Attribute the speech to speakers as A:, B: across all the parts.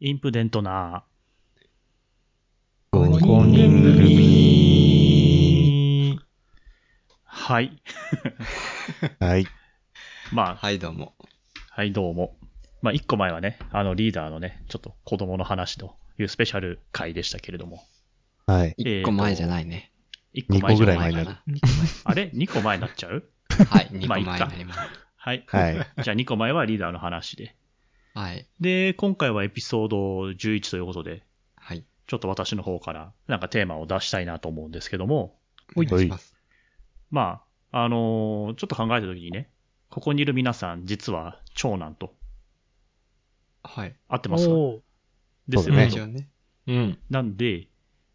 A: インプデントな。
B: 五
C: 人
A: 組。はい。
B: はい。
A: まあ、
C: はい、どうも。
A: はい、どうも。まあ、一個前はね、あの、リーダーのね、ちょっと子供の話というスペシャル回でしたけれども。
B: はい。
A: えー
C: 一
A: と
C: 個前じゃないね。
A: 一個前じゃ
B: 二個ぐらい前になる
C: 二個
A: あれ二個前になっちゃう
C: 前はい、二
A: まあ
C: 個
A: いっか
C: 前になります。
A: はい。
B: はい。
A: じゃあ二個前はリーダーの話で。
C: はい。
A: で、今回はエピソード11ということで、
C: はい。
A: ちょっと私の方からなんかテーマを出したいなと思うんですけども、
C: お願いします。
A: まあ、あのーちょっと考えたときにね、ここにいる皆さん、実は長男と
C: はい。
A: 合ってます
D: おー
A: ですよ
B: そうだ
A: ね。
B: ね
C: 一応ね。うん。
A: なんで、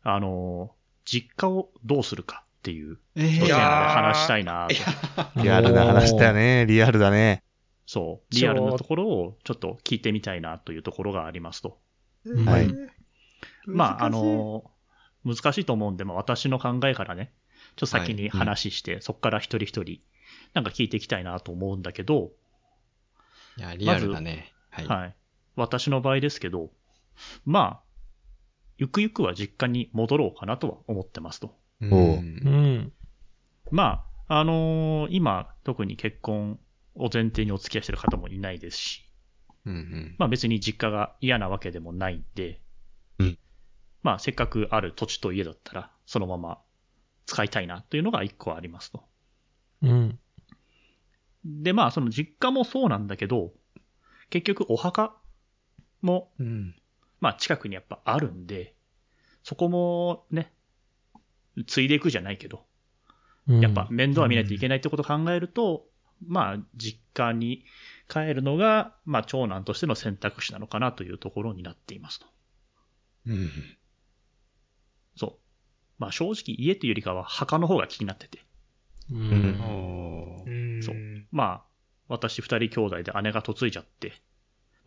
A: あのー実家をどうするかっていう、
C: え
A: 一
C: ー
A: つの
D: いやー
A: 話したいなと。
B: リアルな話だね。リアルだね。
A: そう、リアルなところをちょっと聞いてみたいなというところがありますと。
B: はい。
A: まあ、あのー難しいと思うんで、まあ、私の考えからね、ちょっと先に話して、そこから一人一人、なんか聞いていきたいなと思うんだけど、
C: いや、リアルだね。はい。
A: はい。私の場合ですけど、まあ、ゆくゆくは実家に戻ろうかなとは思ってますと。
C: う
B: おうん
A: まあ、あのー今、特に結婚を前提にお付き合いしてる方もいないですし、
C: うん。
A: まあ別に実家が嫌なわけでもないんで、
B: うん
A: まあせっかくある土地と家だったら、そのまま使いたいなというのが一個ありますと。
D: うん。
A: で、まあその実家もそうなんだけど、結局お墓も
C: うん。
A: まあ近くにやっぱあるんで、そこもね、ついでいくじゃないけど、
D: うん
A: やっぱ、面倒は見ないといけないってことを考えると、まあ実家に帰るのが、まあ長男としての選択肢なのかなというところになっていますと。
C: うん。
A: そう。まあ正直家というよりかは墓の方が気になってて。
D: う
C: お
D: ん。
C: ー
D: ん
A: そうまあ私二人兄弟で姉が嫁いじゃって、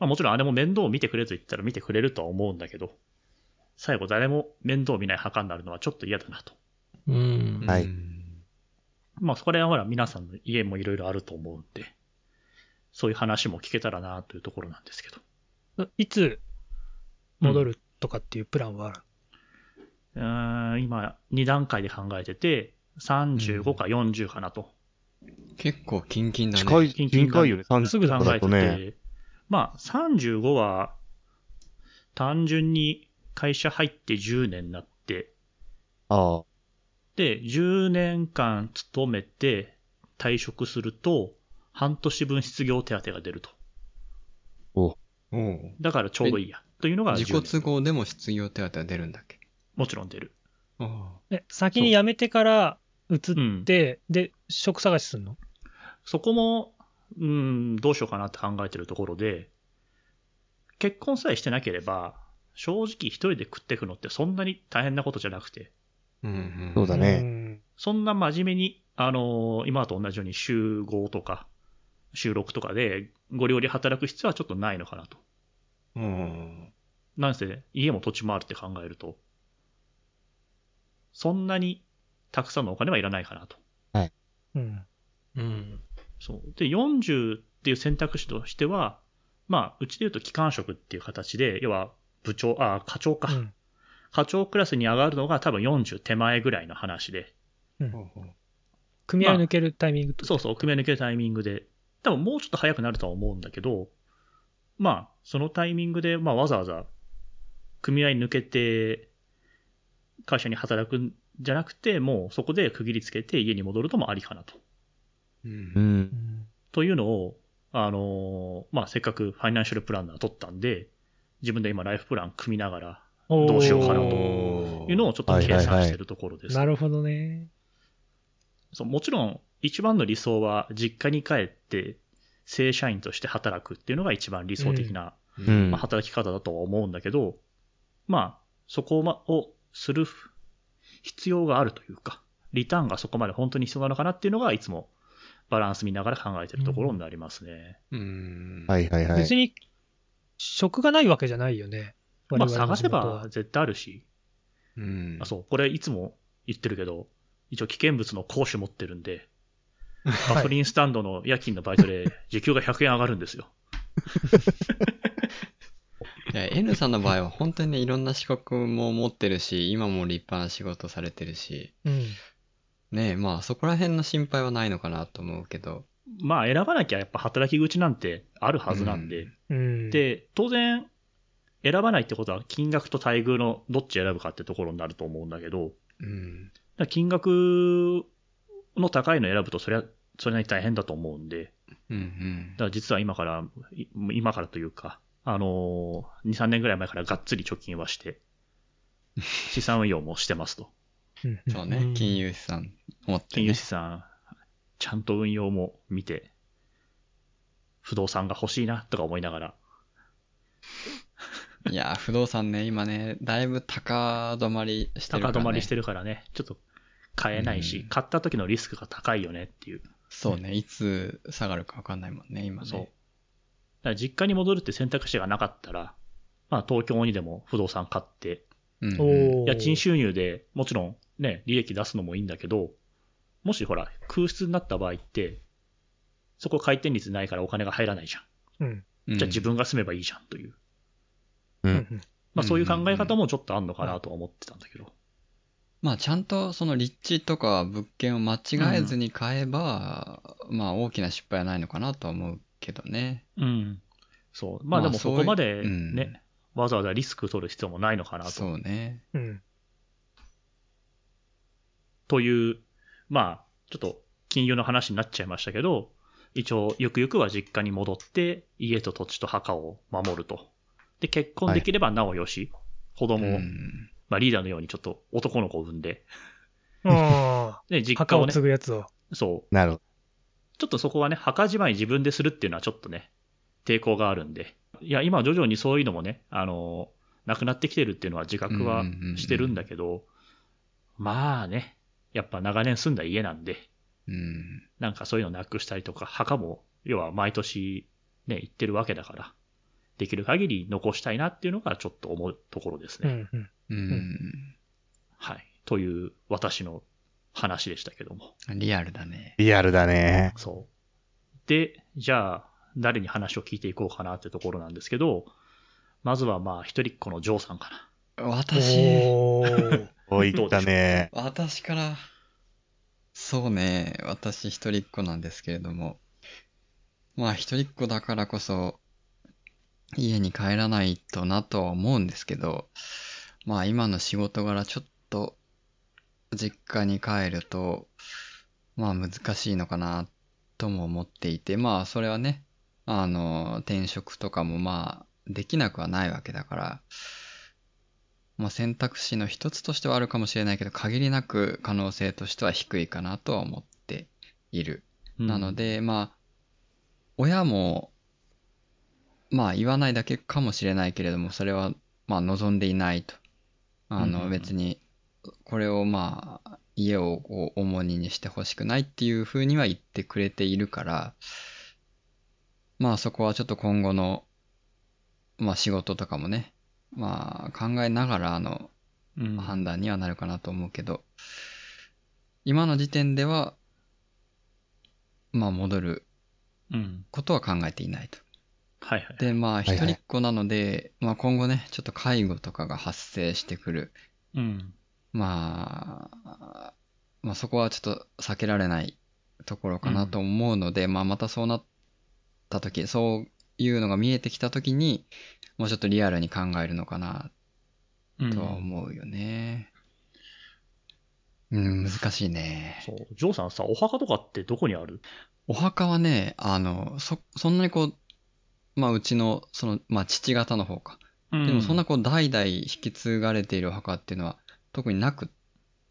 A: まあもちろん姉も面倒を見てくれと言ったら見てくれるとは思うんだけど、最後誰も面倒を見ない墓になるのはちょっと嫌だなと。
D: うん。
B: はい
C: うん
A: まあ、そこら辺はほら、皆さんの家もいろいろあると思うんで、そういう話も聞けたらなというところなんですけど。
D: いつ戻るとかっていうプランはある
A: うーん、今、2段階で考えてて、35か40かなと。
C: 結構キンキンだね。
B: 近
C: い。
B: い、近いよね。30
A: すぐ考え
B: だ
A: てて、
B: とね。
A: まあ、35は、単純に会社入って10年になって、
B: ああ。
A: で、10年間勤めて退職すると、半年分失業手当が出ると。
C: おー
A: だからちょうどいいや。というのが
C: 自
A: 10
C: 己都
A: 年、
C: 合でも失業手当は出るんだっけ
A: もちろん出る。
C: ああ。
D: え、先に辞めてから移って、で、職探しすんの
A: そこも、うん、どうしようかなって考えてるところで、結婚さえしてなければ、正直一人で食っていくのってそんなに大変なことじゃなくて、
C: うんうん。
B: そうだね
D: ね。
A: そんな真面目に、あのー今と同じように集合とか、収録とかでご料理働く必要はちょっとないのかなと。
C: おー
A: なんせ、家も土地もあるって考えると、そんなにたくさんのお金はいらないかなと。
D: うん。
C: うん。
A: そう。で、40っていう選択肢としては、まあ、うちで言うと機関職っていう形で、要は部長、あ、課長か。
D: うん
A: 課長クラスに上がるのが多分40手前ぐらいの話で、
C: ほうほう
D: 組合抜けるタイミングと。
A: そうそう、組み抜けるタイミングで、多分もうちょっと早くなるとは思うんだけど、まあ、そのタイミングで、まあ、わざわざ組合抜けて、会社に働くんじゃなくて、もうそこで区切りつけて家に戻るのもありかなと。
C: う。
B: うんん。
A: というのを、あのーまあ、せっかくファイナンシャルプランナー取ったんで、自分で今ライフプラン組みながら、
D: おー
A: どうしようかなと
C: おー
A: いうのをちょっと計算してるところです。
D: なるほどね。
A: そうもちろん、一番の理想は、実家に帰って、正社員として働くっていうのが一番理想的な、
B: う
C: うん
B: ん
A: まあ、。働き方だとは思うんだけど、まあ、そこをする必要があるというか、リターンがそこまで本当に必要なのかなっていうのが、いつもバランス見ながら考えてるところになりますね。
C: うん。
B: はいはいはい
D: 別。に、職がないわけじゃないよね。
A: まあ、
D: 我々の
A: 探せ
D: 仕事は
A: ば。絶対あるし、
C: うん。
A: あそう、これいつも言ってるけど、一応危険物の講習持ってるんで、ガソリンスタンドの夜勤のバイトで時給が100円上がるんですよ。
C: い
E: や N さんの場合は本当にね、いろんな資格も持ってるし、今も立派な仕事されてるし、
D: うん。
E: ねえ、まあそこら辺の心配はないのかなと思うけど、
A: まあ選ばなきゃやっぱ働き口なんてあるはずなんで、
D: うん、
A: で、当然、選ばないってことは金額と待遇のどっち選ぶかってところになると思うんだけど、だか
C: うん。
A: ら金額の高いの選ぶとそりゃ、それなりに大変だと思うんで、
E: うん
A: だから実は今から、い今からというか、あのー、2、3年ぐらい前からがっつり貯金は して、資産運用もしてますと。
D: うん
E: うん。そうね、金融資産持って
A: 金融
E: ね
A: 資。産、ちゃんと運用も見て、不動産が欲しいなとか思いながら、
E: いや、不動産ね、今ね、だいぶ高止まりしてるから、
A: 高
E: ね。
A: 止まりしてるからね、ちょっと買えないし、
E: うん
A: 買った時のリスクが高いよねっていう。
E: そうね、いつ下がるかわかんないもんね、今ね。
A: そう。だから実家に戻るって選択肢がなかったら、まあ東京にでも不動産買って、
E: うんうん。
D: おー
A: 家賃収入でもちろんね、利益出すのもいいんだけど、もしほら、空室になった場合って、そこ回転率ないからお金が入らないじゃん。
D: うん。
E: うん
A: じゃあ自分が住めばいいじゃんという。
B: う。
D: うんん。
A: まあそういう考え方もちょっとあんのかなとは思ってたんだけど。
E: まあちゃんとその立地とか物件を間違えずに買えば、まあ大きな失敗はないのかなとは思うけどね。
A: うん。そう。まあ
E: ま
A: で
E: あ
A: もそこまで
E: そういう
A: ね、わざわざリスク取る必要もないのかなと。
E: そうね。
D: うん。
A: という、まあ、ちょっと金融の話になっちゃいましたけど、一応、ゆくゆくは実家に戻って、家と土地と墓を守ると。で、結婚できればなおよし、子
E: う
A: 供を、
E: ん。
A: まあ、リーダーのようにちょっと男の子を産んで、
D: あ
A: で、実家
D: あ、墓
A: を
D: を
A: ね
D: 継、ぐやつを。
A: そう、
B: なるほ
A: ちょっとそこはね、墓じまい自分でするっていうのはちょっとね、抵抗があるんで、いや、今徐々にそういうのもね、あの、なくなってきてるっていうのは自覚はしてるんだけど、まあね、やっぱ長年住んだ家なんで、
E: うん。
A: なんかそういうのなくしたりとか、墓も、要は毎年ね、行ってるわけだから、できる限り残したいなっていうのがちょっと思うところです
D: う
A: ね。
D: ん。うん
E: うん。
A: はい。という私の話でしたけども。
E: リアルだね。
B: ど。リアルだね。
A: そう。で、じゃあ、誰に話を聞いていこうかなってところなんですけど、まずはまあ、一人っ子のジョーさんかな。
E: 私、
D: おー
B: おいったね。
E: 私から、そうね、私一人っ子なんですけれども、まあ一人っ子だからこそ、家に帰らないとなとは思うんですけど、まあ今の仕事柄ちょっと、実家に帰ると、まあ難しいのかなとも思っていて、まあそれはね、あの、転職とかもまあできなくはないわけだから、まあ、選択肢の一つとしてはあるかもしれないけど、限りなく可能性としては低いかなとは思っている。なの
A: で、
E: で、まあ、親も、まあ言わないだけかもしれないけれども、それは、まあ望んでいないと。あ
A: うんうんう
E: の、
A: ん
E: 別に、これをまあ、家をこう重荷にしてほしくないっていうふうには言ってくれているから、まあそこはちょっと今後の、まあ仕事とかもね、まあ考えながら、あの、
A: うん
E: 判断にはなるかなと思うけど、今の時点では、まあ戻る
A: うん。
E: ことは考えていないと。
A: はいはい。
E: で、まあ
B: は
E: 一
B: いはい
E: 人っ子なので、まあ今後ね、ちょっと介護とかが発生してくる。
A: うん。
E: まあ、まあそこはちょっと避けられないところかなと思うので、まあまたそうなった時、そういうのが見えてきた時に、もうちょっとリアルに考えるのかな
A: うん
E: とは思うよね。うん、難しいね。
A: そう。ジョーさんさ、お墓とかってどこにある
E: お墓はね、あの、そ、そんなにこう、まあうちの、その、まあ父方の方か。
A: で
E: でもそんなこう代々引き継がれているお墓っていうのは特になくっ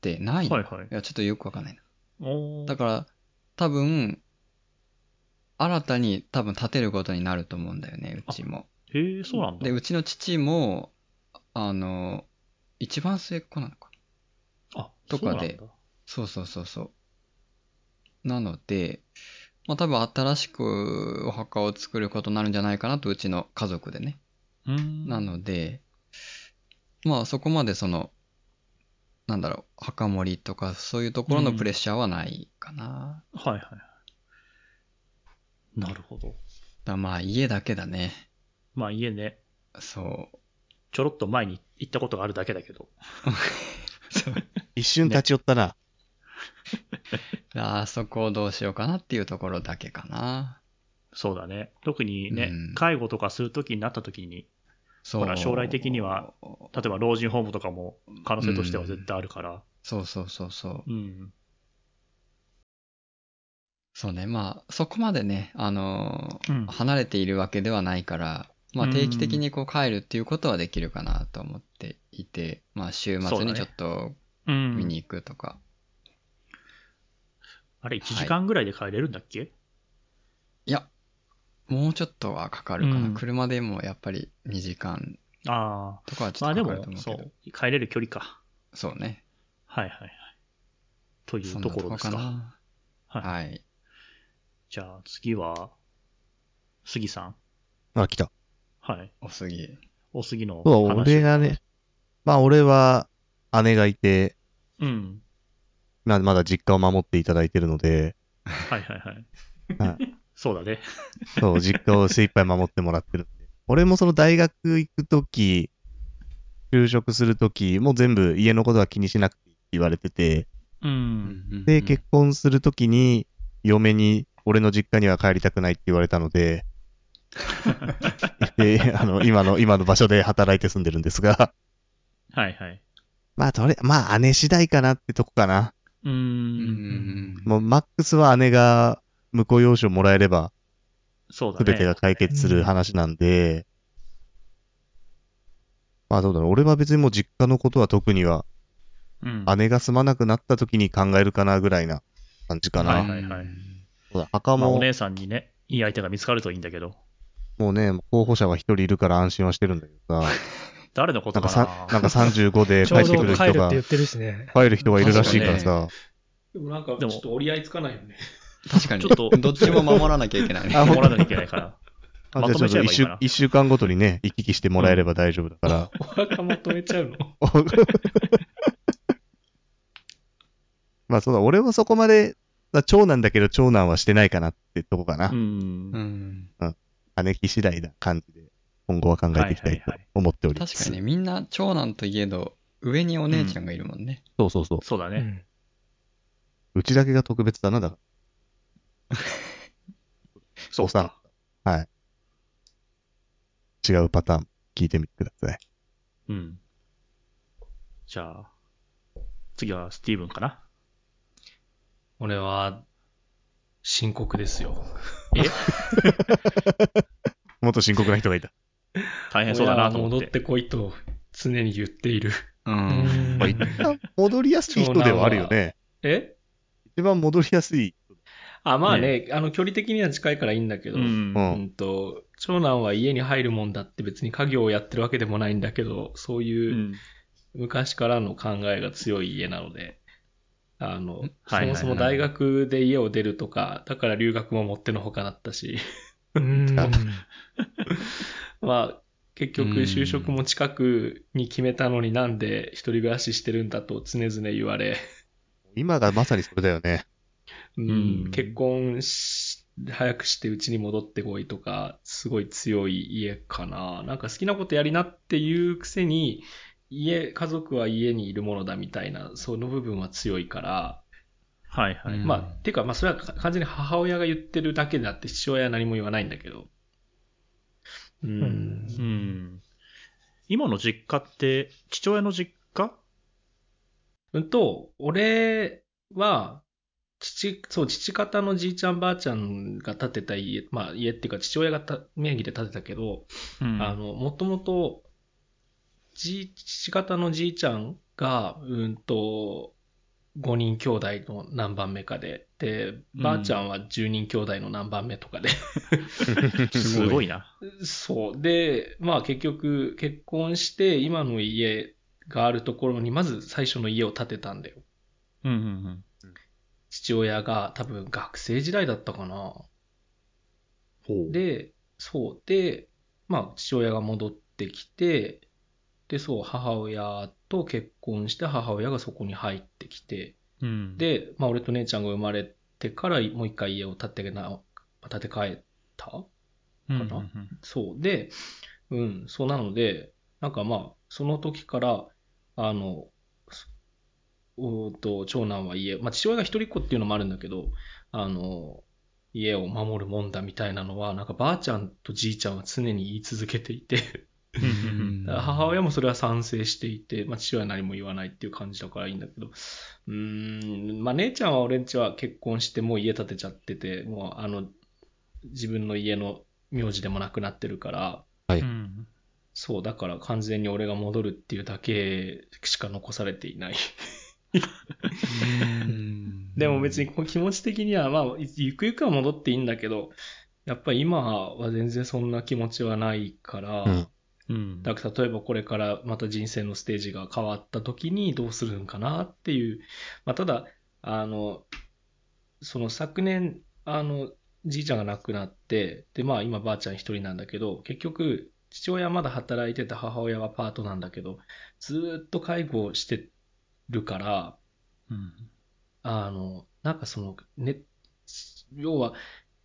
E: て、ないの、、
A: はいいはい。
E: や、ちょっとよくわかんないな。
A: おー
E: だから、多分、新たに多分建てることになると思うんだよね、うちも。
A: へえ、そうなんだ。
E: で、うちの父も、あの、一番末っ子なのか。
A: あ、
E: と
A: そうな
E: かで
A: んだ
E: そうそうそうそう。なので、まあ多分新しくお墓を作ることになるんじゃないかなと、うちの家族でね。
A: うーん。
E: なので、まあそこまでその、なんだろう、墓守りとかそういうところのプレッシャーはないかな。
A: はいはいはい。なるほど。
E: だまあ家だけだね。
A: まあ家ね。
E: そう。
A: ちょろっと前に行ったことがあるだけだけど。
B: 一瞬立ち寄ったな。
E: あそこをどうしようかなっていうところだけかな。
A: そうだね。特にね、
E: うん
A: 介護とかするときになったときに、
E: そう。
A: ほら将来的には。例えば老人ホームとかも可能性としては絶対あるから。
E: そうそうそうそう。
A: うん。
E: そうね。まあ、そこまでね、あのー
A: うん
E: 離れているわけではないから、まあ
A: うん
E: 定期的にこう帰るっていうことはできるかなと思っていて、まあ週
A: そう
E: 末
A: だね
E: にちょっと
A: うん。
E: 見に行くとか。
A: あれ、1時間ぐらいで帰れるんだっけ、
E: いや、もうちょっとはかかるかな。
A: うん
E: 車でもやっぱり2時間
A: ああ。
E: とかはち
A: ま
E: ょっ
A: あ
E: と
A: で
E: かかる
A: も
E: と思、う
A: そ
E: けど。
A: う。帰れる距離か。
E: そうね。
A: はいはいはい。という
E: そ
A: んと
E: な
A: ころですか。
E: な。
A: はい
E: はい。
A: じゃあ次は、杉さん。
B: あ、来た。
A: はい。
E: おすぎ。
A: お杉の
B: そう、
A: 話
B: 俺がね、まあ俺は姉がいて、
A: うん。
B: まあまだ実家を守っていただいてるので、
A: はいはいはい。
B: は
A: そうだね。
B: そう、実家を精一杯守ってもらってるんで。俺もその大学行くとき、就職するとき、もう全部家のことは気にしなくていいって言われてて、
A: う。
E: うんんうんうん
B: で、結婚するときに、嫁に、俺の実家には帰りたくないって言われたの で、で、あの、今の、今の場所で働いて住んでるんですが、
A: はいはい。
B: まあ、とれ、まあ、姉次第かなってとこかな。
A: うー
E: うんうん
A: ん。
E: うん
B: もう、マックスは姉が婿養子をもらえれば、
A: そうだ
B: す
A: ね。
B: べてが解決する話なんで、まあ、どうだろう。俺は別にもう実家のことは特には、
A: うん。
B: 姉が住まなくなった時に考えるかなぐらいな感じかな。
A: はいはいはい
B: そうだ墓
A: まあ、
B: も、
A: お姉さんにね、いい相手が見つかるといいんだけど。
B: もうね、候補者は一人いるから安心はしてるんだけどさ、
A: 誰のこ
B: な
A: と
B: んか
A: か
B: さ
A: な
B: なんか35 で
D: ち
B: 帰
D: ょう
B: って
D: ど
B: くる
D: 帰
B: 人
D: るって
B: が、
D: 言ってるしね。
B: 帰る人がいるらしいからさ、
F: でもなんか、ち
A: で
F: ょ
A: も
F: っと折り合いつかないよね。
E: 確かに。
A: ちょっと
E: どっちも守らなきゃいけないね。
B: あ
A: 守らなきゃいけないから。
B: あ
A: ま
B: じゃあ
A: と
B: ちょ
A: めちゃえばい
B: っと一
A: いか
B: 週
A: な
B: 一週間ごとにね、行き来してもらえれば大丈夫だから。
F: お墓まとめち ゃうの。
B: まあそうだ、俺はそこまで、まあ長男だけど長男はしてないかなってとこかな
A: う。ん
E: う。ん。
B: 姉貴次第な感じで、今後は考えていきたいと思っておりま
E: 確
B: す。
E: かにみんな長男といえど、上にお姉ちゃんがいるもんね。
B: そうそうそう。
A: そうだ
D: う
A: ね。
D: ん。
B: うちだけが特別だな、だか
A: そう
B: お
A: か。
B: ら違うパターン聞いてみてください。
A: うん。じゃあ、次はスティーブンかな。
F: 俺は、深刻ですよ。
B: もっと深刻な人がいた。
A: 大変そうだなと
F: 親は
A: 思っ。
F: 戻っててこいと常に言っている。
E: う
D: うん
E: ん。
B: まあ一旦戻りやすい人ではあるよね。
F: え
B: 一番戻りやすい。
F: あ、まあね、あの、距離的には近いからいいんだけど、
A: う。
B: うんん。
F: うんと、長男は家に入るもんだって別に家業をやってるわけでもないんだけど、そう
A: う。
F: いうん昔からの考えが強い家なので、あの、そ
A: はいはいは
F: も
A: い
F: そも大学で家を出るとか、だから留学ももってのほかだったし、
D: うん。
F: まあ、結局就職も近くに決めたのになんで一人暮らししてるんだと常々言われ、
B: 今がまさにそれだよね。
F: うん
A: うん
F: 結婚し、早くしてうちに戻ってこいとか、すごい強い家かな。なんか好きなことやりなっていうくせに、家、家族は家にいるものだみたいな、その部分は強いから、
A: はいはい。
E: うん
F: まあ、ていうか、まあ、それは完全に母親が言ってるだけであって、父親は何も言わないんだけど。う
D: うんん。
A: うん。今の実家って、父親の実家
F: うんと、俺は、父、そう、父方のじいちゃんばあちゃんが建てた家、まあ家っていうか父親がた名義で建てたけど、
A: うん
F: あの、もともと、じい、父方のじいちゃんが、うんと、5人兄弟の何番目かで、で、ばあちゃんは10人兄弟の何番目とかで、
A: すごいな。
F: そう。で、まあ結局、結婚して、今の家があるところに、まず最初の家を建てたんだよ。
A: うんうん
F: 父親が多分学生時代だったかな。
A: うん。で、
F: で、そう。で、まあ父親が戻ってきて、で、そう、母親と結婚して、母親がそこに入ってきて、
A: うん、
F: で、まあ俺と姉ちゃんが生まれてから、もう一回家を建てな、建て替えた
A: うんう
F: かなんそう。で、うん、そうなので、なんかまあ、その時から、あの、すうーんと、長男は家、まあ父親が一人っ子っていうのもあるんだけど、あの、家を守るもんだみたいなのは、なんかばあちゃんとじいちゃんは常に言い続けていて、
A: うん
F: だから 母親もそれは賛成していて、まあ、父親は何も言わないっていう感じだからいいんだけど、うーん、まあ、姉ちゃんは俺んちは結婚してもう家建てちゃってて、もうあの、自分の家の名字でもなくなってるから、
A: うん
F: そう、だから完全に俺が戻るっていうだけしか残されていない。でも別にこう気持ち的には、まあ、いゆくゆくは戻っていいんだけど、やっぱり今は全然そんな気持ちはないから、
B: うん
A: うん
F: だから例えばこれからまた人生のステージが変わった時にどうするんかなっていう、まあ、ただあのその昨年あのじいちゃんが亡くなってでまあ今ばあちゃん一人なんだけど結局父親はまだ働いてて母親はパートなんだけどずーっと介護をしてるから
A: うん
F: あの、なんかその、ね、要は、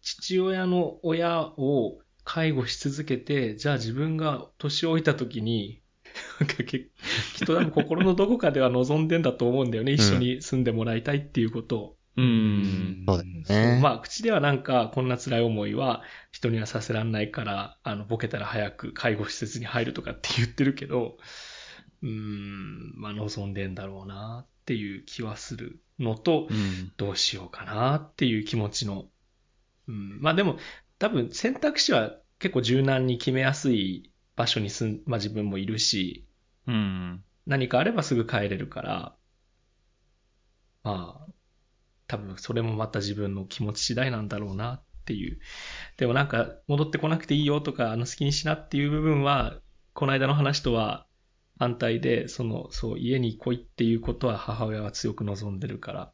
F: 父親の親を介護し続けて、じゃあ自分が年老いた時に、 なんかけきっと多分心のどこかでは望んでんだと思うんだよね。一緒に住んでもらいたいっていうことを。
A: うん
B: そうだよね。
F: まあ、口ではなんか、こんな辛い思いは人にはさせらんないから、あの、ボケたら早く介護施設に入るとかって言ってるけど、うーん、まあ、望んでんだろうなっていう気はするのと、
A: うん
F: どうしようかなっていう気持ちの。うん、まあでも、多分選択肢は結構柔軟に決めやすい場所に住ん、まあ自分もいるし、
A: うん
F: 何かあればすぐ帰れるから、まあ、多分それもまた自分の気持ち次第なんだろうなっていう。でもなんか戻ってこなくていいよとか、あの好きにしなっていう部分は、この間の話とは反対で、その、そう、家に来いっていうことは母親は強く望んでるから、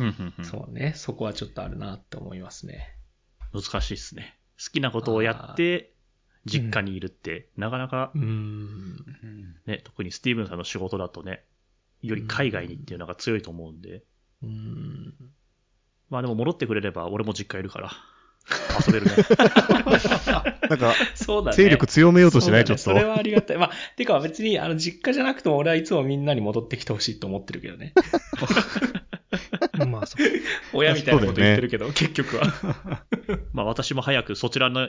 A: うんうん
F: そうね、そこはちょっとあるなって思いますね。
A: 難しいですね。好きなことをやって、実家にいるって、なかなか
F: うーん。
A: ね、特にスティーブンさんの仕事だとね、より海外にっていうのが強いと思うんで、
F: うーん。
A: まあでも戻ってくれれば俺も実家いる から、遊べるね。
B: なんか、
F: そうだね。
B: 勢力強めようとしない、ち
F: そ
B: ょ
F: う
B: っ
F: だね
B: と
F: そ。れはありがたい。まあ、てか別に、あの、実家じゃなくても俺はいつもみんなに戻ってきてほしいと思ってるけどね。
D: まあ、そう。
F: 親みたいなこと言ってるけど、結局は。
A: まあ私も早くそちらの、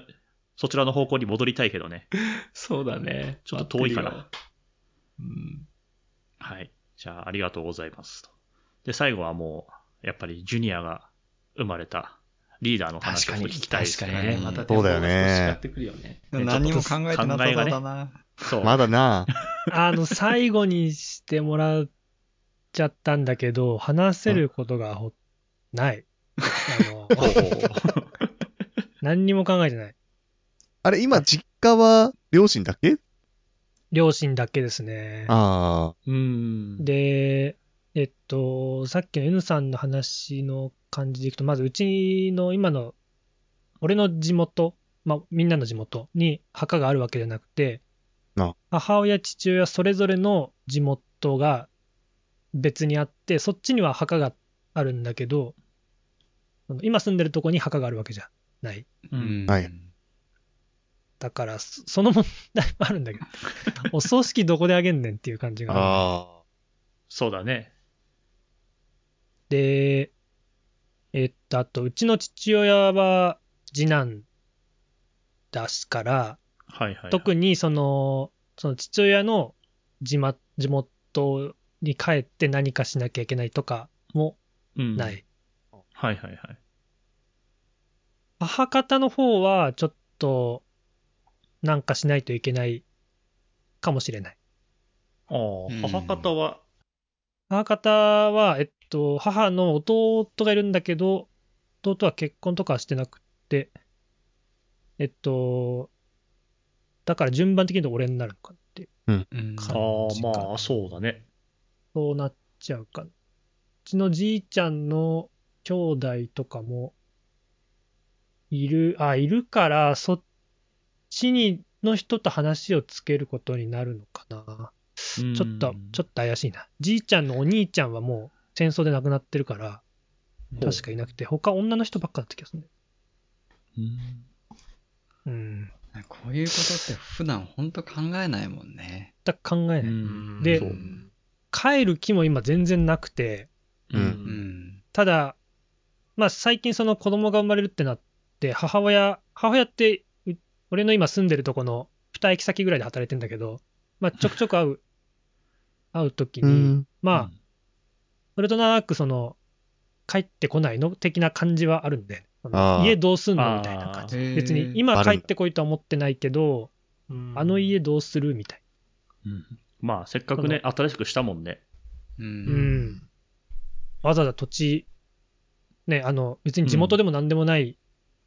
A: そちらの方向に戻りたいけどね。
F: そうだね。
A: ちょっと遠いかな
F: 待ってるよ。うん。
A: はい。じゃあありがとうございますと。で、最後はもう、やっぱりジュニアが生まれたリーダーの
F: 確
A: 話を
F: か
A: ちょ
F: に、
A: っと聞きたいです
F: 確
A: ね。
F: かにね。また
B: そうだよね
F: テンポが少し変わってくるよね。
A: ね
E: 何も考えてなさそうだな。
A: そう。
B: まだな
D: あの、最後にしてもらっちゃったんだけど、話せることがほない。あの、 何にも考えてない。
B: あれ、今、実家は両親だけ
D: 両親だけですね。
B: ああ。
A: うん。
D: で、えっと、さっきの N さんの話の感じでいくと、まずうちの今の、俺の地元、まあ、みんなの地元に墓があるわけじゃなくて
B: あ、
D: 母親、父親それぞれの地元が別にあって、そっちには墓があるんだけど、あの今住んでるとこに墓があるわけじゃない。
A: うん
B: はい
D: だから、そその問題もある んだけど、お葬式どこであげんねんっていう感じがあるんで
B: あ
A: そうだね。
D: で、えっと、あと、うちの父親は次男だすから、
A: はいはい、はい。
D: 特にその、その父親の地,、ま、地元に帰って何かしなきゃいけないとかも
A: に
D: ない。。
A: はいはいはい。
D: 母方の方はちょっとなんかしないといけないかもしれない。
A: ああ、
E: ん
A: 母方は、
D: 母方は、えっと、母の弟がいるんだけど、弟は結婚とかはしてなくって、えっと、だから順番的に言うと俺になるのかなって、
A: ああ
D: 感じかな
A: まあそうだね。
D: そうなっちゃうかな。うちのじいちゃんの兄弟とかも、いる、あ、いるから、そっちに、の人と話をつけることになるのかな。
A: ち
D: ちょっと、ちょっと怪しいな。じいちゃんのお兄ちゃんはもう戦争で亡くなってるから、確かいなくて、他女の人ばっかだった気がするね。うん。
E: こういうことって普段本当考えないもんね。
D: 全く考えない。
A: ん
D: で
A: そう
D: 帰る気も今全然なくて、
A: う。
E: うんん。
D: ただ、まあ最近その子供が生まれるってなって、母親、母親って、う俺の今住んでるとこの2駅先ぐらいで働いてんだけど、まあちょくちょく会う、会う時
B: う
D: に、
B: ん。
D: まあ、それとなくその、帰ってこないの的な感じはあるんで、その
B: あー
D: 家どうすんのみたいな感じ。
E: あー
D: 別
E: へー
D: に今帰ってこいとは思ってないけど、あの家どうするみたい
A: うんまあ、せっかくね、新しくしたもんね。
E: う。
D: な。うんん。わざわざ土地、ね、あの、別に地元でも何でもない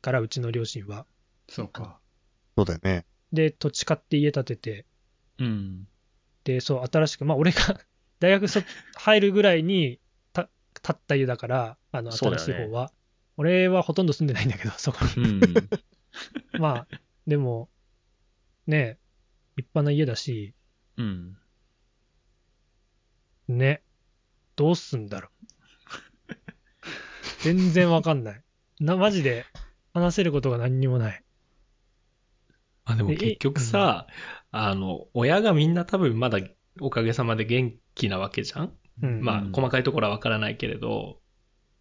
D: から、うちの両親は。
E: そうか。
B: そうだよね。
D: で、土地買って家建てて、
A: うん。
D: で、そう、新しく、まあ俺が 大学そ入るぐらいにた建った家だから、あの、
A: そうだ
D: 新
A: よ
D: し
A: ね
D: い方は。俺はほとんど住んでないんだけど、そこに。
A: うん。
D: まあ、でも、ねえ、立派な家だし、
A: うん。
D: ね、どうすんだろ う。全然わかんない。な、マジで、話せることが何にもない。
F: あ、でも
D: え
F: 結局さ、あの、親がみんな多分まだおかげさまで元気なわけじゃん
D: うん。
F: まあ
A: うん、
F: 細かいところはわからないけれど、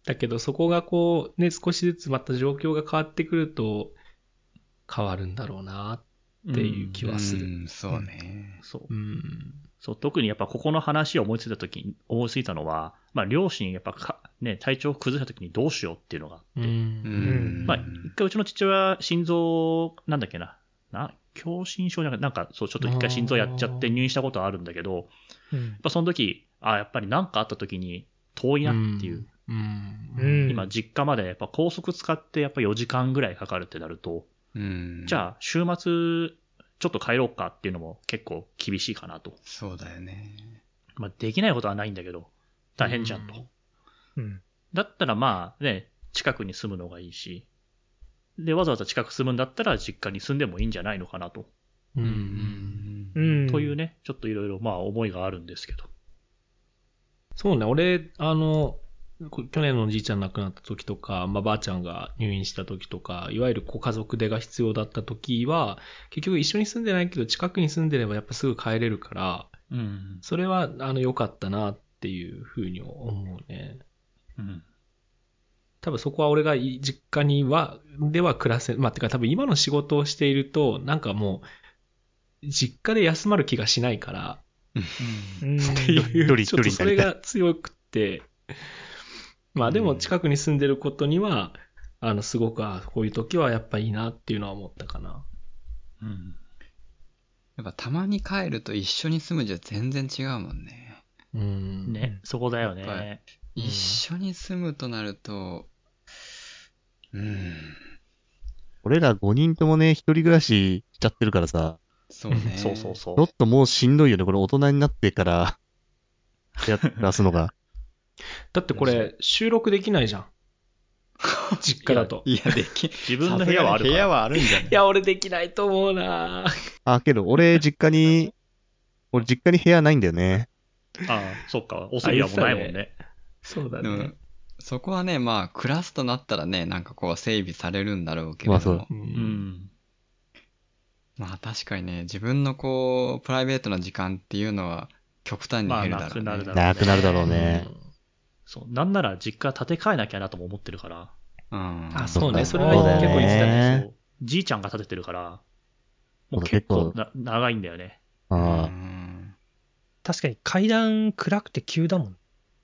F: だけどそこがこう、ね、少しずつまた状況が変わってくると、変わるんだろうな。っていう気
E: う
F: はする
E: ん、そうね。
A: そうう。
F: ん。
A: そう、特にやっぱここの話を思いついたときに、思いついたのは、まあ、両親、やっぱか、ね、体調を崩したときにどうしようっていうのがあって、
E: うんん。
A: まあ、一回うちの父親、心臓、なんだっけな、な、狭心症じゃなくてなんか、そう、ちょっと一回心臓やっちゃって入院したことはあるんだけど、やっ
D: うん。
A: ぱその時、あ、やっぱり何かあった時に遠いなっていう、
F: うん。
D: うん
A: 今、実家までやっぱ高速使ってやっぱ4時間ぐらいかかるってなると、
E: うん。
A: じ
E: あ。
A: ゃあ、週末、ちょっと帰ろうかっていうのも結構厳しいかなと。
E: そうだよね。
A: まあ、できないことはないんだけど、大変じゃんと。
F: うん
D: うん。
A: だったらまあね、近くに住むのがいいし、で、わざわざ近く住むんだったら実家に住んでもいいんじゃないのかなと。
F: う。
E: うんん。
D: うん。
A: というね、ちょっといろいろまあ思いがあるんですけど。
F: そうね、俺、あの、こ去年のおじいちゃん亡くなった時とか、まあ、ばあちゃんが入院した時とか、いわゆるご家族出が必要だった時は、結局一緒に住んでないけど、近くに住んでればやっぱすぐ帰れるから、
A: うん。
F: それは、あの、良かったなっていうふうに思うね。
A: うん。
F: 多分そこは俺がい実家には、では暮らせ、まあ、てか多分今の仕事をしていると、なんかもう、実家で休まる気がしないから、
D: うん。
F: ってい
B: 一人
F: う、ちょっと
B: 一人
F: そ
B: にな
F: れ
B: りたい
F: が強くて、まあでも近くに住んでることには、あの、すごく、あこういう時はやっぱいいなっていうのは思ったかな。
A: うん。
E: やっぱたまに帰ると一緒に住むじゃ全然違うもんね。
F: うん。
A: ね、そこだよね。
E: や
F: うん
E: 一緒に住むとなると、うん、
B: 俺ら5人ともね、一人暮らししちゃってるからさ、
E: そう ね。
A: そうそうそ
B: ちょ
A: う
B: っ。ともうしんどいよね。これ大人になってから、やっ出すの が。
F: だってこれ、収録できないじゃん。実家だと。
E: いや、でき、自
A: 自分の部屋はある
E: 部
A: か
E: 屋
A: ら。
E: はあるんじゃない
F: いや、俺できないと思うな
B: あ、けど俺実家に、俺実家に部屋ないんだよね。
A: ああ、そっか。お世話もないもんね。
F: そうだ
E: でも
F: ね。、
E: そこはね、まあ、暮らすとなったらね、なんかこう整備されるんだろうけれども、
B: まあそう
F: う。
A: うんん。
E: まあ確かにね、自分のこう、プライベートな時間っていうのは極端に
A: まあ、
E: 減るだろうね。
A: なくなるだろうね。
B: なくなるだろうね。
A: そう。なんなら実家建て替えなきゃなとも思ってるから。
E: うん。
F: あ、そうね。
B: そ
F: そうれ
B: だ
F: は
B: ね
F: 結構言ってたね。
B: ね
A: そうじいちゃんが建ててるから、も
B: そう
A: う
B: だ
A: 結構
B: 結構
A: な長いんだよね。
E: う
B: あ
E: ん。
D: 確かに階段暗くて急だもん。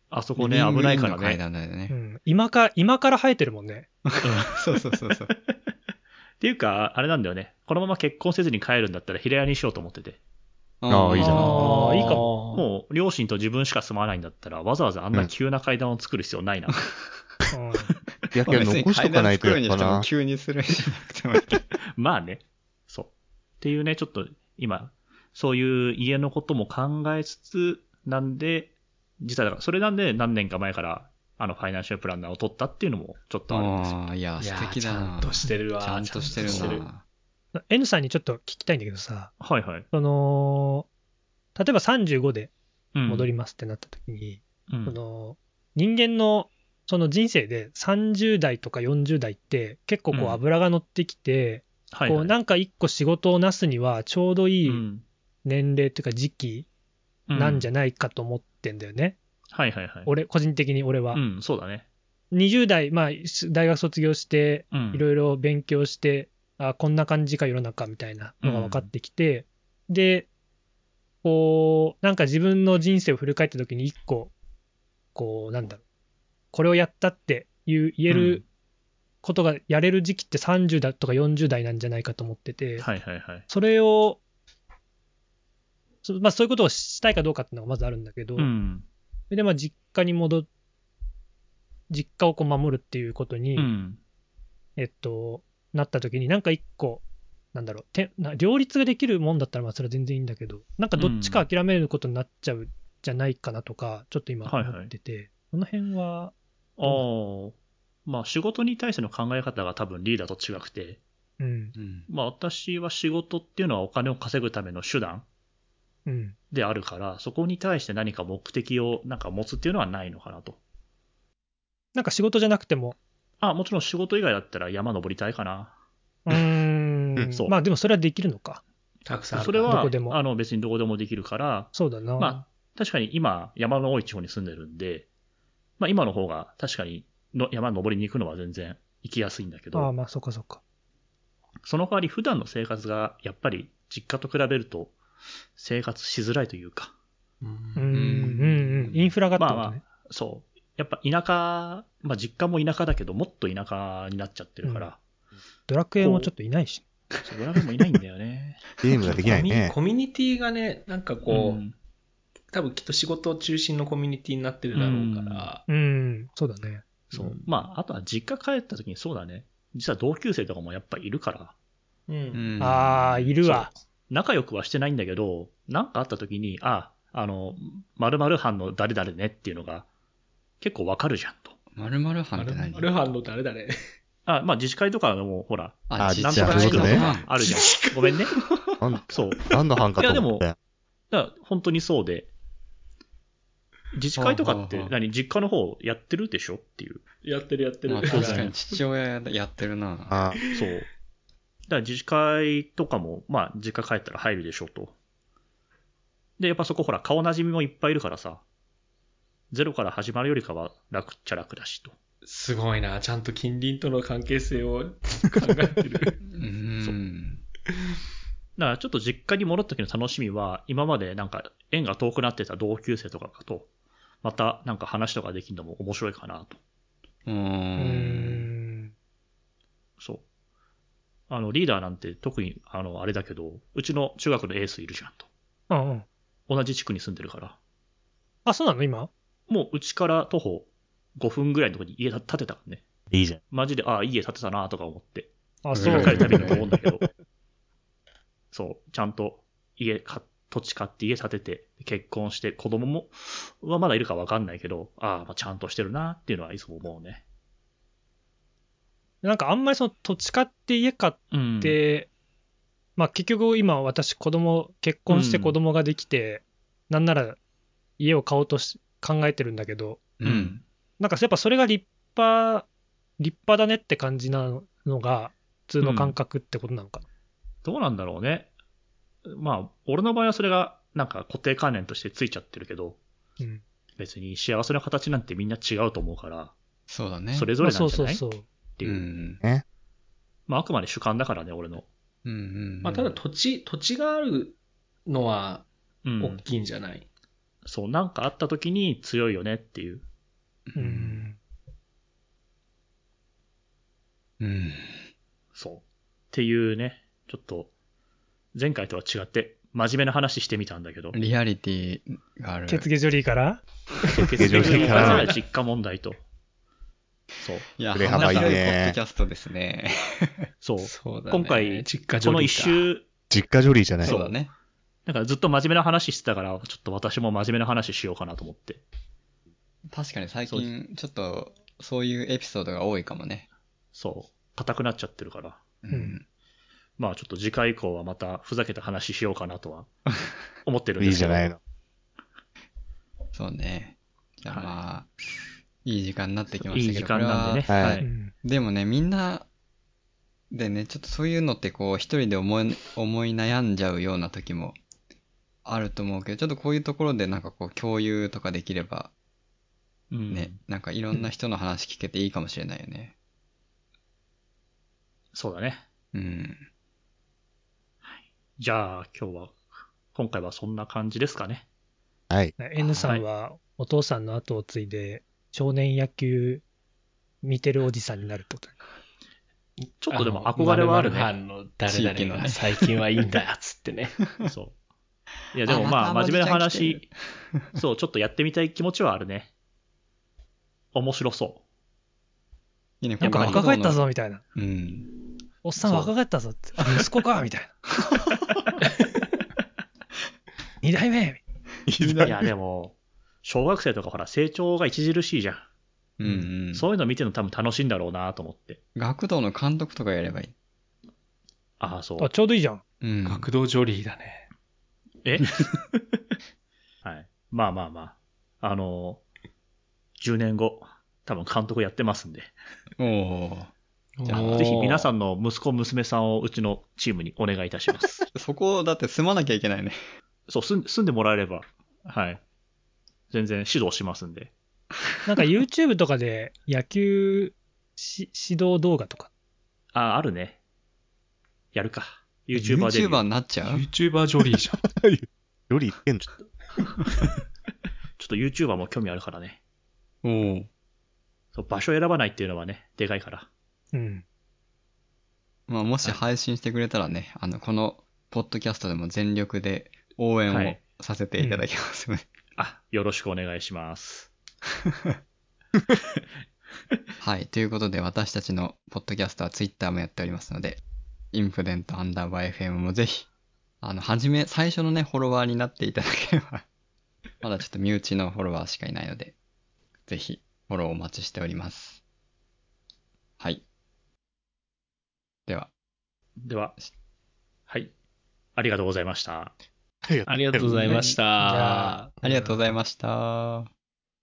A: あそこね、危ないから
E: リビングの階
A: ね。
E: 段だよ
D: う
E: ね。
D: ん。今か、今から生えてるもんね。
E: そうそうそうそう。
A: っていうか、あれなんだよね。このまま結婚せずに帰るんだったら平屋にしようと思ってて。
B: ああいいじゃん
D: あーいいか
F: も
A: もう両親と自分しか住まないんだったら、わざわざあんな急な階段を作る必要ないな。
D: うん。
B: あ。いやけど残しとかないとやっぱな。
E: 急にするんじゃなくてもいい。
A: まあね。そう。っていうね、ちょっと今、そういう家のことも考えつつ、なんで、実はだから、それなんで何年か前から、あの、ファイナンシャルプランナーを取ったっていうのもちょっとあるんですよ。
E: ああ、いや、
F: いや
E: 素敵
F: ち
E: だな。
F: ゃんとしてるわ。
E: ちゃんとしてる
F: ちゃんと
E: な。
D: N さんにちょっと聞きたいんだけどさ、
A: はいはい。
D: その、例えば35で
A: うん
D: 戻りますってなった時に、
A: うん
D: その人間のその人生で30代とか40代って結構
A: う
D: こ
A: ん
D: う脂が乗ってきて、
A: はい
D: こ
A: は
D: う
A: い
D: なんか一個仕事をなすにはちょうどいい
A: うん
D: 年齢というか時期なんじゃ
A: ゃ、
D: ないかと思ってんだよね。
A: はいはいはい。
D: 俺、個人的に俺は。
A: うん、そうだね。
D: 20代、まあ、す大学卒業して、
A: うん。
D: いろいろ勉強して、あこんな感じか世の中みたいなのが分かってきて、で、こう、なんか自分の人生を振り返った時に一個、こう、なんだろう、これをやったっていう言え
A: うん
D: ることがやれる時期って30だとか40代なんじゃないかと思ってて、
A: はいはいはい。
D: それを、そまあ、そういうことをしたいかどうかっていうのがまずあるんだけど、
A: うん。
D: それでまあ実家に戻っ実家をこう守るっていうことに、
A: うん。
D: えっと、なった時に、なんか一個、なんだろうてな、両立ができるもんだったら、まあそれは全然いいんだけど、なんかどっちか諦めることになっちゃうじゃないかなとか、ちょっと今
A: はいはい
D: 思ってて、その辺は、
A: ああ。まあ仕事に対しての考え方が多分リーダーと違くて、
D: うん、
C: うん。
A: まあ私は仕事っていうのはお金を稼ぐための手段
D: うん、
A: であるから、そこに対して何か目的をなんか持つっていうのはないのかなと。
D: なんか仕事じゃなくても、
A: あ、もちろん仕事以外だったら山登りたいかな。
D: うーん、
A: そう
D: まあでもそれはできるのか、
F: たくさんある
A: そ
F: から
A: れ
D: ど
A: は
D: こでも
A: あの別にどこでもできるから、
D: そうだな、
A: まあ確かに今、山の多い地方に住んでるんで、まあ、今の方が確かにの山登りに行くのは全然行きやすいんだけ
D: ああ、
A: ど、
D: まあそっかそっか、
A: その代わり普段の生活がやっぱり実家と比べると生活しづらいというか、
D: うん、
C: う
D: うんん、うん、インフラがってことね、
A: まあまそう、やっぱ田舎、まあ、実家も田舎だけど、もっと田舎になっちゃってるから、
D: ドラクエもちょっといないし、
A: そう親もいないんだよ ね。
B: ゲームができない ね。
F: コミュニティがね、なんかこう、
A: ん
F: 多分きっと仕事中心のコミュニティになってるだろうから、
D: うん、そうだね、
A: そう
F: うん
A: まあ、あとは実家帰った時にそうだね、実は同級生とかもやっぱいるから、
F: うん。
E: うん
D: ああ、いるわ、
A: 仲良くはしてないんだけど、なんかあった時に、あ、あの、〇〇班の誰々ねっていうのが結構わかるじゃんと。
E: まるまる
F: あ
E: 班って何
F: ルハンの誰だね。
A: あ、まあ自治会とかでもほら、
B: あ
E: 実
A: なんとか地
B: 自治会と
A: 区
B: か
A: とか
B: ね
A: あるじゃん。ごめんね。
B: なん
A: そう。
B: 何の班かと思ったよ。
A: だから本当にそうで、自治会とかっ
E: はあ
A: て
E: はあは
A: 何実家の方やってるでしょっていう。
F: やってるやってる。
E: まあ確かに父親やってるな。
B: あ
A: そう。だから自治会とかも、まあ実家帰ったら入るでしょと。で、やっぱそこほら顔なじみもいっぱいいるからさ、ゼロから始まるよりかは楽っちゃ楽だしと。
F: すごいな。ちゃんと近隣との関係性を考えてる
E: う。ん。
A: だからちょっと実家に戻った時の楽しみは、今までなんか縁が遠くなってた同級生とかと、またなんか話とかできるのも面白いかなと。
E: う。
D: うんん、
A: そう。あの、リーダーなんて特に、あの、あれだけど、うちの中学のエースいるじゃんと。
D: うん、うん、
A: 同じ地区に住んでるから。
D: あ、そうなの、今
A: もううちから徒歩5分ぐらいのところに家建てたからね。
B: いいじゃん。
A: マジで、ああ、いい家建てたなとか思って、
D: あ、そう
A: 描
E: ん
A: かれたりとか思うんだけど。 そう、ちゃんと家か、土地買って家建てて、結婚して、子供も、はまだいるかわかんないけど、ああ、まあちゃんとしてるなっていうのはいつも思うね。
D: なんかあんまりその土地買って家買っ
A: うんで、
D: て、まあ結局今私子供結婚して子供ができて、なんなら家を買おうとし考えてるんだけど、
E: うん。
D: なんかやっぱそれが立派、立派だねって感じなのが普通の感覚ってことなのかな。
A: どうなんだろうね。まあ、俺の場合はそれが、なんか固定観念としてついちゃってるけど、
D: うん。
A: 別に幸せの形なんてみんな違うと思うから、
E: そうだね。
A: それぞ
D: ま
A: れ
D: あ
A: なん
D: そう
A: じゃ
D: そう
A: ないっ
D: そう。
A: て
E: う
A: いう。
E: ん。
A: まあ、あくまで主観だからね、俺の。
E: うんうん。
F: まあただ土地、土地があるのは
A: うん
F: 大きいんじゃない、
A: そう、なんかあった時に強いよねっていう。
E: う。
D: うんん。
E: うん。
A: そう。っていうね、ちょっと、前回とは違って、真面目な話してみたんだけど、
E: リアリティがある。
D: 血下ジョリーから。
A: 結局言い方が実家問題と。そう。
E: いや、
B: 振れ幅
E: 幅
B: いいね
E: 広いポッドキャストですね。
A: そう。
F: そうだね。
A: 今回
F: 実家
A: この一
F: 周
A: 周、
B: 実家ジョリーじゃない。
E: そうだね。
A: なんかずっと真面目な話してたから、ちょっと私も真面目な話しようかなと思って。
E: 確かに最
A: そう
E: 近、ちょっと、そういうエピソードが多いかもね。
A: そう。硬くなっちゃってるから。
E: うん
A: まあちょっと次回以降はまたふざけた話しようかなとは思ってるん
B: い
A: で
B: い
A: すけ
B: じゃ
A: ど。
B: ないの。
E: そうね。じゃあ
A: はい
E: まあ、いい時間になってきま
A: い
E: し
A: い
E: たけ
A: 時
E: ど、
A: 間なんでね。
E: こ
B: は
A: はいい。
D: うん
E: れはでもね、みんな、でね、ちょっとそういうのってこう、一人で思い、思い悩んじゃうような時もあると思うけど、ちょっとこういうところでなんかこう共有とかできれば
A: うん
E: ね、なんかいろんな人の話聞けていいかもしれないよね。
A: そうだね。
E: うん。
A: じゃあ、今日は、今回はそんな感じですかね。
B: はい。
D: ね N さんはお父さんの後を継いで少年野球見てるおじさんになるってことね
A: ちょっとでも憧れはあるね。
F: あの、誰
E: 地域
F: 々
E: の
F: が
E: ね
F: 最近はいいんだ、つってね。
A: そう。いや、でもまあ、
E: あまた
A: 真面目な
E: おじ
A: 話、そう、ちょっとやってみたい気持ちはあるね。面白そ
E: いいね、こ
D: なんか
E: こ
D: 若
E: 学童
D: 返っ
E: の
D: たぞみたいな。
E: うん。
D: おっさん
A: そう
D: 若返ったぞって。あ 息子かみたいな。二代目
A: う。いや、でも、小学生とかほら、成長が著しいじゃん。
E: うんうん。
A: そういうの見てるの多分楽しいんだろうなと思って。
E: 学童の監督とかやればいい。
A: ああ、そう。
D: あ、ちょうどいいじゃん。
E: うん。
F: 学童ジョリーだね。
A: え はい。まあまあまあ。あのー、10年後、多分監督やってますんで、
E: おお
F: じ
E: じゃあ
A: ぜひ皆さ
F: ん。
A: んの息子、娘さんをうちのチームにお願いいたします。
E: ー。そこだって住まなきゃいけないね。
A: そう、住ん住んでもらえれば、はい。全然指導しますんで。
D: なんか YouTube とかで野球し指導動画とか。
A: ああ、あるね。やるか。YouTuber デビュー
E: YouTuber になっちゃう
F: YouTuber ジョリーじゃん。
B: より言ってんじゃん
A: ちょっと YouTuber も興味あるからね。
E: おお。
A: そう場所選ばないっていうのはね、でかいから。
D: うん。
E: まあ、もし配信してくれたらね、あの、この、ポッドキャストでも全力で応援
A: は
E: を
A: い
E: させていただきますね。
A: あ、よろしくお願いします。
E: はい。ということで、私たちのポッドキャストは Twitter もやっておりますので、インプデントアンダーバー FM もぜひ、あの、はじめ、最初のね、フォロワーになっていただければ、 まだちょっと身内のフォロワーしかいないので、ぜひ、フォローお待ちしております。はい。では、
A: では、はい。ありがとうございました。
B: 哎
F: ありがとうございまし
D: じゃ
F: た
D: あ。
E: ありがとうございました。